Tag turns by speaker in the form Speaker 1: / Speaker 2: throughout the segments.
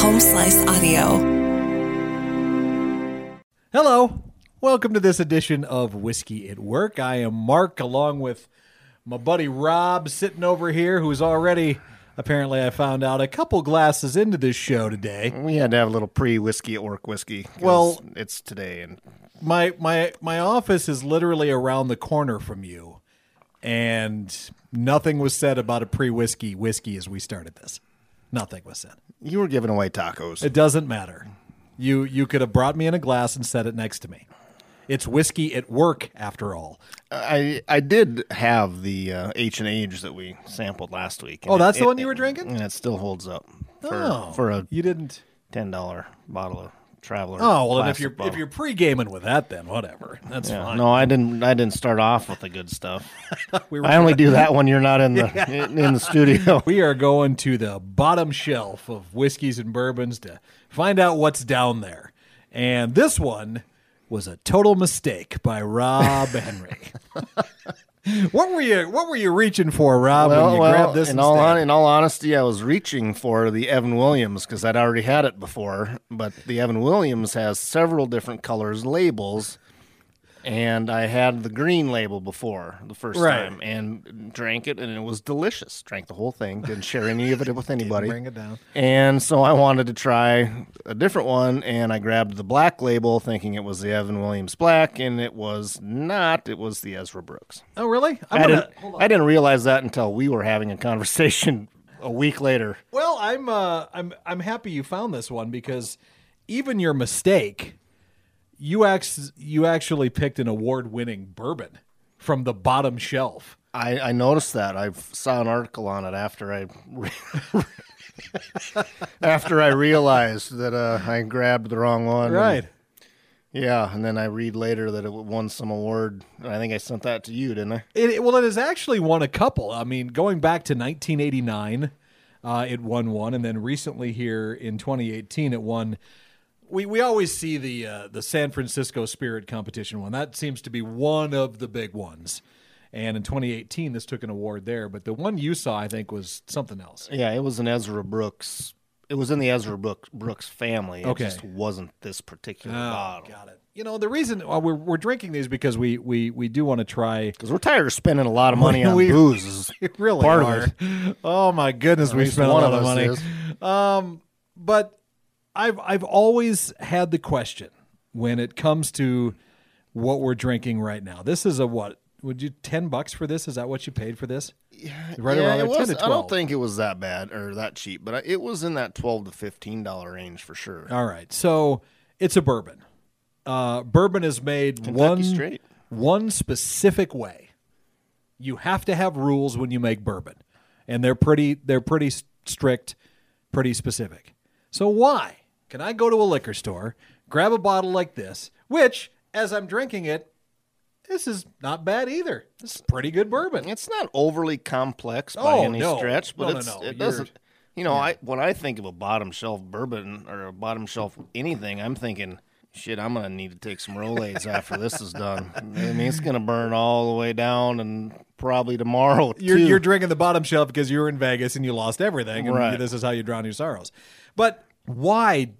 Speaker 1: home slice audio.
Speaker 2: Hello. Welcome to this edition of Whiskey at Work. I am Mark along with my buddy Rob sitting over here who's already apparently I found out a couple glasses into this show today.
Speaker 3: We had to have a little pre whiskey at work whiskey. 'cause
Speaker 2: Well-
Speaker 3: it's today, and
Speaker 2: My my my office is literally around the corner from you and nothing was said about a pre-whiskey whiskey as we started this. Nothing was said.
Speaker 3: you were giving away tacos.
Speaker 2: It doesn't matter. You you could have brought me in a glass and set it next to me. It's whiskey at work after all.
Speaker 3: I I did have the uh, H and H that we sampled last week. and
Speaker 2: Oh, that's the one you were drinking?
Speaker 3: and it still holds up for
Speaker 2: Oh,
Speaker 3: for a
Speaker 2: you didn't.
Speaker 3: ten dollar bottle of Traveler.
Speaker 2: Oh well, then if
Speaker 3: plastic
Speaker 2: you're if
Speaker 3: bottle.
Speaker 2: you're pre gaming with that, then whatever. That's
Speaker 3: Yeah,
Speaker 2: fine.
Speaker 3: no, I didn't. I didn't start off with the good stuff.
Speaker 2: we were-
Speaker 3: I only do that when you're not in the in, in the studio.
Speaker 2: We are going to the bottom shelf of whiskeys and bourbons to find out what's down there. And this one was a total mistake by Rob Henry. what were you What were you reaching for, Rob? when you grabbed this
Speaker 3: in
Speaker 2: and
Speaker 3: all
Speaker 2: stabbed
Speaker 3: hon-
Speaker 2: it?
Speaker 3: in all honesty, I was reaching for the Evan Williams because I'd already had it before. But the Evan Williams has several different colors labels, and I had the green label before the first
Speaker 2: Right.
Speaker 3: time and drank it, and it was delicious. Drank the whole thing, didn't share any of it with anybody.
Speaker 2: bring it down.
Speaker 3: And so I wanted to try a different one, and I grabbed the black label, thinking it was the Evan Williams Black, and it was not. It was the Ezra Brooks.
Speaker 2: Oh really? I'm
Speaker 3: I
Speaker 2: gonna-
Speaker 3: didn't, I didn't realize that until we were having a conversation a week later.
Speaker 2: Well, I'm uh, I'm I'm happy you found this one because even your mistake, you ax- you actually picked an award-winning bourbon from the bottom shelf.
Speaker 3: I, I noticed that. I saw an article on it after I re- after I realized that uh, I grabbed the wrong one. and- yeah, and then I read later that it won some award. And I think I sent that to you, didn't I?
Speaker 2: It, it- well, it has actually won a couple. I mean, going back to 1989, uh, it won one, and then recently here in 2018, it won. We we always see the uh, the San Francisco Spirit Competition one. That seems to be one of the big ones. And in 2018, this took an award there. But the one you saw, I think, was something else.
Speaker 3: Yeah, it was an Ezra Brooks. It was in the Ezra Brook, Brooks family. It
Speaker 2: Okay. Oh.
Speaker 3: just wasn't this particular bottle.
Speaker 2: Got it. You know, the reason uh, we're we're drinking these because we we we do want to try.
Speaker 3: Because we're tired of spending a lot of money on
Speaker 2: We-
Speaker 3: booze. is
Speaker 2: really
Speaker 3: part of
Speaker 2: are.
Speaker 3: it.
Speaker 2: Oh my goodness, we
Speaker 3: least
Speaker 2: spent a
Speaker 3: one
Speaker 2: lot
Speaker 3: of
Speaker 2: of
Speaker 3: us
Speaker 2: money.
Speaker 3: is.
Speaker 2: Um, but I've I've always had the question when it comes to what we're drinking right now. This is a what? Would you ten bucks for this? Is that what you paid for this? Right around there,
Speaker 3: it was,
Speaker 2: 10 to
Speaker 3: I
Speaker 2: 12.
Speaker 3: don't think it was that bad or that cheap, but I- it was in that twelve to fifteen dollar range for sure.
Speaker 2: All right, so it's a bourbon. Uh, bourbon is made one
Speaker 3: straight.
Speaker 2: one specific way. You have to have rules when you make bourbon, and they're pretty they're pretty s- strict, pretty specific. So why can I go to a liquor store, grab a bottle like this, which as I'm drinking it, this is not bad either. This is pretty good bourbon.
Speaker 3: It's not overly complex by
Speaker 2: Oh,
Speaker 3: any
Speaker 2: no.
Speaker 3: stretch, but
Speaker 2: No, no,
Speaker 3: it's,
Speaker 2: no.
Speaker 3: it
Speaker 2: You're-
Speaker 3: doesn't. You know, I when I think of a bottom shelf bourbon or a bottom shelf anything, I'm thinking, shit, I'm gonna need to take some Rolades after this is done. I mean, it's gonna burn all the way down, and probably tomorrow
Speaker 2: You're,
Speaker 3: too.
Speaker 2: you're drinking the bottom shelf because you were in Vegas and you lost everything, and
Speaker 3: Right.
Speaker 2: this is how you drown your sorrows. But why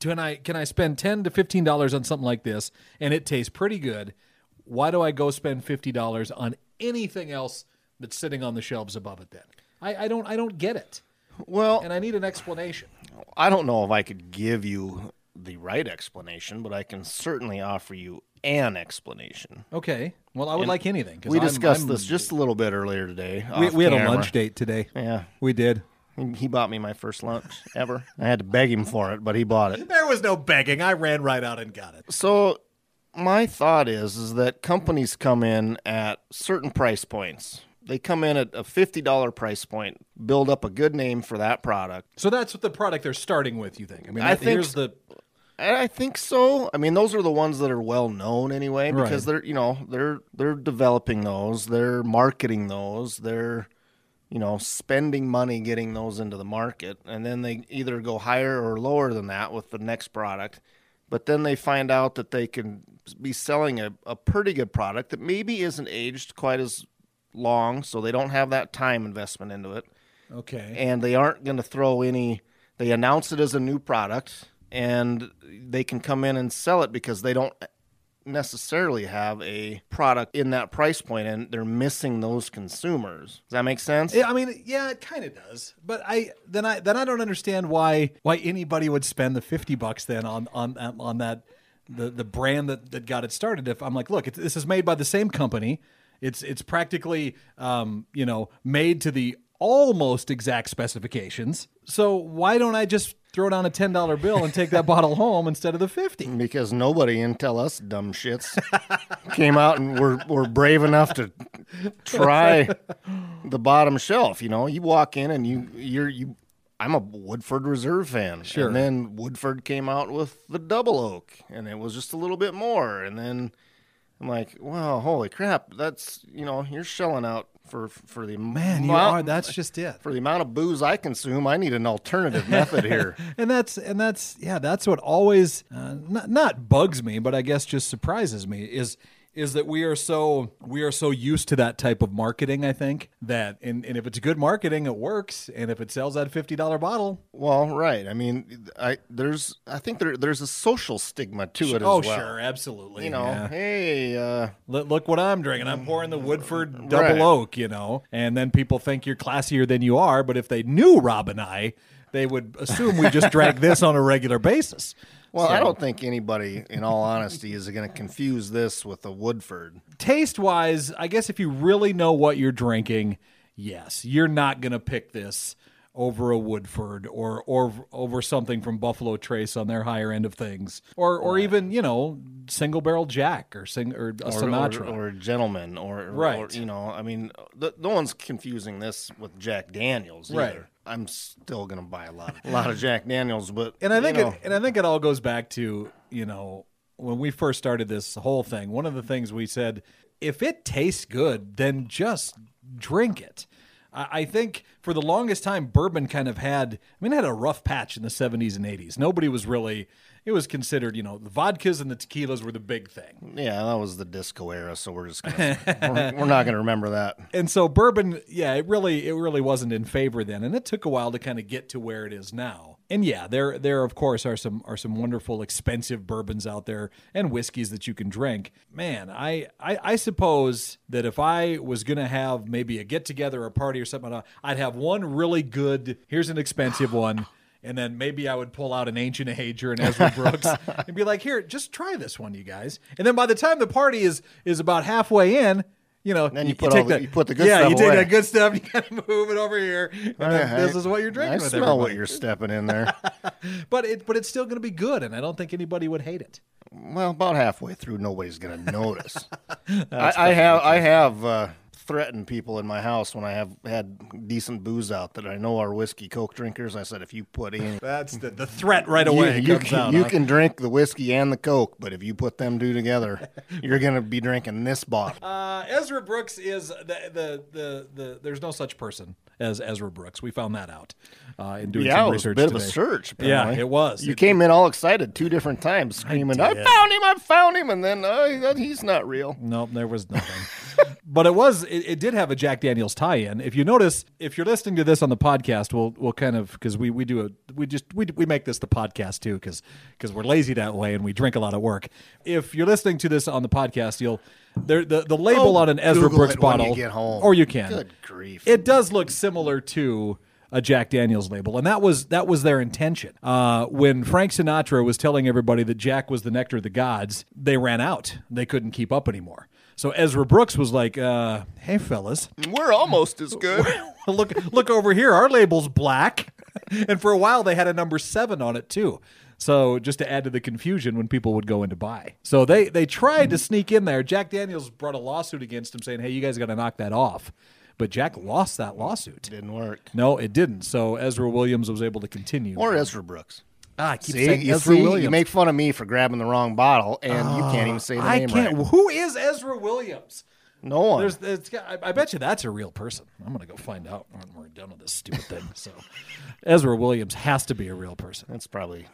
Speaker 2: can I can I spend ten to fifteen dollars on something like this and it tastes pretty good? Why do I go spend fifty dollars on anything else that's sitting on the shelves above it? Then I, I don't I don't get it,
Speaker 3: well,
Speaker 2: and I need an explanation.
Speaker 3: I don't know if I could give you the right explanation, but I can certainly offer you an explanation.
Speaker 2: Okay, well I would like anything. 'cause
Speaker 3: We
Speaker 2: I'm-
Speaker 3: discussed
Speaker 2: I'm-
Speaker 3: this just a little bit earlier today.
Speaker 2: We,
Speaker 3: off
Speaker 2: we had a
Speaker 3: camera.
Speaker 2: lunch date today.
Speaker 3: Yeah.
Speaker 2: we did.
Speaker 3: He- He bought me my first lunch ever. I had to beg him for it, but he bought it.
Speaker 2: There was no begging. I ran right out and got it.
Speaker 3: So my thought is is that companies come in at certain price points. They come in at a $50 price point, build up a good name for that product.
Speaker 2: So that's what the product they're starting with. You think? I mean,
Speaker 3: I
Speaker 2: that-
Speaker 3: think
Speaker 2: here's
Speaker 3: s-
Speaker 2: the
Speaker 3: And I think so. I mean, those are the ones that are well known anyway, because
Speaker 2: Right.
Speaker 3: they're you know they're they're developing those, they're marketing those, they're you know spending money getting those into the market, and then they either go higher or lower than that with the next product. But then they find out that they can be selling a, a pretty good product that maybe isn't aged quite as long, so they don't have that time investment into it
Speaker 2: okay.
Speaker 3: and they aren't going to throw any They announce it as a new product, and they can come in and sell it because they don't necessarily have a product in that price point, and they're missing those consumers. Does that make sense?
Speaker 2: Yeah, I mean, yeah, it kind of does. But I then I then I don't understand why why anybody would spend the fifty bucks then on on um, on that the the brand that that got it started. If I'm like, look, it's, this is made by the same company. It's it's practically um, you know made to the almost exact specifications. So why don't I just throw down a ten dollar bill and take that bottle home instead of the fifty?
Speaker 3: Because nobody Intel us dumb shits came out and were, were brave enough to try the bottom shelf. You know, you walk in and you you're you. I'm a Woodford Reserve fan.
Speaker 2: Sure.
Speaker 3: And then Woodford came out with the Double Oak, and it was just a little bit more. And then I'm like, wow, holy crap! That's you know, you're shelling out for for the
Speaker 2: Man, you
Speaker 3: amount-
Speaker 2: are. That's just it.
Speaker 3: for the amount of booze I consume, I need an alternative method here.
Speaker 2: And that's and that's yeah, that's what always uh, not not bugs me, but I guess just surprises me is is that we are so we are so used to that type of marketing. I think that and, and if it's good marketing, it works, and if it sells that fifty dollar bottle,
Speaker 3: Well, right. I mean, I there's I think there there's a social stigma to it as
Speaker 2: oh
Speaker 3: well.
Speaker 2: sure, absolutely,
Speaker 3: You know,
Speaker 2: yeah.
Speaker 3: hey, uh,
Speaker 2: Look, look what I'm drinking. I'm pouring the Woodford Double
Speaker 3: Mm, Right.
Speaker 2: Oak, you know. And then people think you're classier than you are, but if they knew Rob and I, they would assume we just drank this on a regular basis.
Speaker 3: well, I don't think anybody, in all honesty, is going to confuse this with a Woodford.
Speaker 2: taste wise, I guess if you really know what you're drinking, yes, you're not gonna pick this over a Woodford or or over something from Buffalo Trace on their higher end of things, or or even you know single barrel Jack or sing or a
Speaker 3: Or,
Speaker 2: Sinatra.
Speaker 3: or, or a gentleman, or or-
Speaker 2: Right.
Speaker 3: you know, I mean, th- no one's confusing this with Jack Daniels, either.
Speaker 2: Right.
Speaker 3: I'm still going to buy a lot, a lot of Jack Daniels, but
Speaker 2: and I
Speaker 3: you
Speaker 2: think
Speaker 3: know,
Speaker 2: it, and I think it all goes back to you know when we first started this whole thing. One of the things we said, if it tastes good, then just drink it. I, I think for the longest time, bourbon kind of had. I mean, it had a rough patch in the '70s and '80s. Nobody was really. It was considered, you know, the vodkas and the tequilas were the big thing.
Speaker 3: yeah, that was the disco era, so we're just gonna, we're, we're not going to remember that.
Speaker 2: and so bourbon yeah it really it really wasn't in favor then and it took a while to kind of get to where it is now and yeah there there of course are some are some wonderful expensive bourbons out there and whiskeys that you can drink man i i, I suppose that if i was gonna have maybe a get together a party or something uh, i'd have one really good here's an expensive one and then maybe I would pull out an ancient Ahager and Ezra Brooks and be like, "Here, just try this one, you guys." And then by the time the party is is about halfway in, you know,
Speaker 3: Then you put all
Speaker 2: take
Speaker 3: the-
Speaker 2: that-
Speaker 3: you put the good
Speaker 2: yeah,
Speaker 3: stuff
Speaker 2: you take
Speaker 3: away. Oh,
Speaker 2: that good stuff. You gotta move it over here. And then
Speaker 3: Yeah,
Speaker 2: this
Speaker 3: I-
Speaker 2: is what you're drinking
Speaker 3: I
Speaker 2: with
Speaker 3: smell what
Speaker 2: everybody.
Speaker 3: you're stepping in there.
Speaker 2: But it, but it's still gonna be good, and I don't think anybody would hate it.
Speaker 3: well, about halfway through, nobody's gonna notice. I, I have I have uh, threatened people in my house when I have had decent booze out that I know are whiskey coke drinkers. I said, if you put any,
Speaker 2: That's the, the threat right
Speaker 3: you,
Speaker 2: away.
Speaker 3: you
Speaker 2: comes
Speaker 3: can,
Speaker 2: out,
Speaker 3: you
Speaker 2: huh?
Speaker 3: can drink the whiskey and the coke, but if you put them two together, you're gonna be drinking this bottle.
Speaker 2: Uh, Ezra Brooks is the, the the the. There's no such person as Ezra Brooks. We found that out uh, in doing
Speaker 3: yeah,
Speaker 2: some
Speaker 3: it was a
Speaker 2: research
Speaker 3: bit of
Speaker 2: today.
Speaker 3: a search.
Speaker 2: Yeah,
Speaker 3: apparently.
Speaker 2: it was.
Speaker 3: You
Speaker 2: It-
Speaker 3: came in all excited two different times, screaming, "I,
Speaker 2: did.
Speaker 3: found him! I found him!" And then uh, he's not real.
Speaker 2: Nope, there was nothing. but it was it, it did have a Jack Daniels tie-in. If you notice, if you're listening to this on the podcast, we'll we'll kind of because we we do a we just we we make this the podcast too because because we're lazy that way and we drink a lot of work. If you're listening to this on the podcast, you'll there the the label
Speaker 3: Oh,
Speaker 2: on an Ezra
Speaker 3: Google
Speaker 2: Brooks
Speaker 3: it when you
Speaker 2: bottle
Speaker 3: get home.
Speaker 2: or you can
Speaker 3: Good grief.
Speaker 2: It does look similar to a Jack Daniels label, and that was that was their intention. Uh, when Frank Sinatra was telling everybody that Jack was the nectar of the gods, they ran out; they couldn't keep up anymore. So Ezra Brooks was like, uh, "Hey, fellas,
Speaker 3: We're almost as good.
Speaker 2: look look over here. Our label's black." And for a while, they had a number seven on it too. So just to add to the confusion when people would go in to buy. So they they tried to sneak in there. Jack Daniels brought a lawsuit against him saying, "Hey, you guys got to knock that off." But Jack lost that lawsuit.
Speaker 3: Didn't work.
Speaker 2: No, it didn't. So Ezra Williams was able to continue.
Speaker 3: Or Ezra Brooks.
Speaker 2: ah, I keep
Speaker 3: See,
Speaker 2: saying
Speaker 3: you,
Speaker 2: Ezra
Speaker 3: see,
Speaker 2: Williams. Ah,
Speaker 3: you make fun of me for grabbing the wrong bottle, and you can't even say the
Speaker 2: I
Speaker 3: name
Speaker 2: can't.
Speaker 3: right.
Speaker 2: Who is Ezra Williams?
Speaker 3: No one.
Speaker 2: There's, there's, I, I bet you that's a real person. I'm gonna go find out when we're done with this stupid thing. So, Ezra Williams has to be a real person.
Speaker 3: That's probably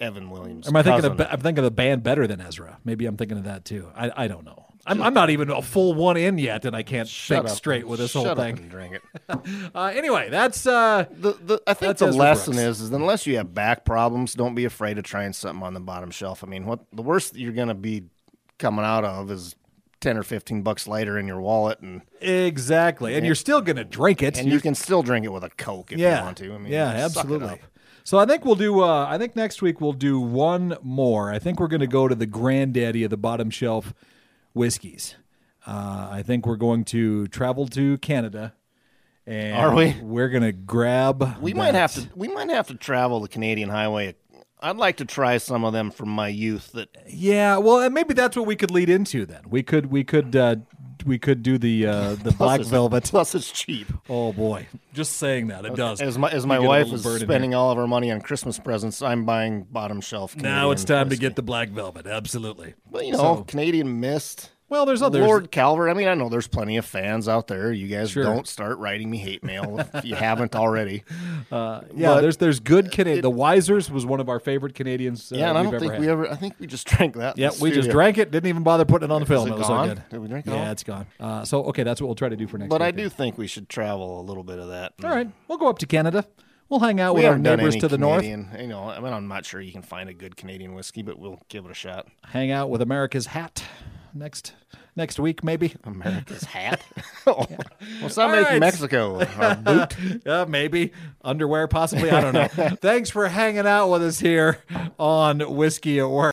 Speaker 3: Evan Williams.
Speaker 2: Am I thinking? Of,
Speaker 3: cousin.
Speaker 2: ba- I'm thinking of the band better than Ezra. Maybe I'm thinking of that too. I, I don't know. I'm, I'm not even a full one in yet, and I can't think
Speaker 3: up.
Speaker 2: straight with this
Speaker 3: Shut
Speaker 2: whole
Speaker 3: up
Speaker 2: thing.
Speaker 3: and drink it.
Speaker 2: Uh, anyway, that's uh,
Speaker 3: the, the I think
Speaker 2: That's
Speaker 3: the
Speaker 2: Ezra
Speaker 3: lesson
Speaker 2: Brooks.
Speaker 3: is is unless you have back problems, don't be afraid of trying something on the bottom shelf. I mean, what the worst that you're gonna be coming out of is ten or fifteen bucks later in your wallet, and
Speaker 2: exactly, and you're still gonna drink it.
Speaker 3: and you can still drink it with a coke if
Speaker 2: yeah,
Speaker 3: you want to. I mean,
Speaker 2: yeah,
Speaker 3: suck it up.
Speaker 2: absolutely. So I think we'll do. Uh, I think next week we'll do one more. I think we're gonna go to the granddaddy of the bottom shelf whiskeys. Uh, I think we're going to travel to Canada. And
Speaker 3: Are we?
Speaker 2: We're gonna grab.
Speaker 3: We might have to we might have to travel the Canadian highway. I'd like to try some of them from my youth that
Speaker 2: Yeah, well, and maybe that's what we could lead into. Then we could we could uh, we could do the uh, the black
Speaker 3: it's-
Speaker 2: velvet.
Speaker 3: plus it's cheap.
Speaker 2: Oh boy, just saying that it does.
Speaker 3: As my as my
Speaker 2: You get a
Speaker 3: wife
Speaker 2: little
Speaker 3: is
Speaker 2: bird in
Speaker 3: spending all of her money on Christmas presents, I'm buying bottom shelf.
Speaker 2: here.
Speaker 3: Canadian
Speaker 2: Now it's time to
Speaker 3: whiskey.
Speaker 2: get the black velvet. Absolutely.
Speaker 3: But you know,
Speaker 2: So-
Speaker 3: Canadian mist.
Speaker 2: Well, there's others.
Speaker 3: Lord Calvert. I mean, I know there's plenty of fans out there. You guys
Speaker 2: Sure. Uh,
Speaker 3: don't start writing me hate mail if you haven't already.
Speaker 2: yeah,
Speaker 3: but-
Speaker 2: there's there's good Canadian. The Wisers was one of our favorite Canadians. Uh,
Speaker 3: Yeah, and I
Speaker 2: we've
Speaker 3: don't
Speaker 2: ever
Speaker 3: think
Speaker 2: had.
Speaker 3: we ever. I think we just drank that. in
Speaker 2: Yeah,
Speaker 3: the
Speaker 2: we just
Speaker 3: studio.
Speaker 2: drank it. Didn't even bother putting it on the film.
Speaker 3: it
Speaker 2: was
Speaker 3: gone?
Speaker 2: so good.
Speaker 3: Did we drink it
Speaker 2: yeah,
Speaker 3: all?
Speaker 2: it's gone. Uh, so okay, that's what we'll try to do for next.
Speaker 3: But I
Speaker 2: week then.
Speaker 3: do think we should travel a little bit of that.
Speaker 2: All right, we'll go up to Canada. We'll hang out
Speaker 3: We
Speaker 2: with our
Speaker 3: haven't done
Speaker 2: neighbors
Speaker 3: any
Speaker 2: to the north.
Speaker 3: Canadian, You know, I mean, I'm not sure you can find a good Canadian whiskey, but we'll give it a shot.
Speaker 2: hang out with America's hat next next week maybe.
Speaker 3: America's hat. Well, stop
Speaker 2: All
Speaker 3: making
Speaker 2: right.
Speaker 3: Mexico our boot.
Speaker 2: Uh, maybe underwear possibly, I don't know. Thanks for hanging out with us here on Whiskey at Work.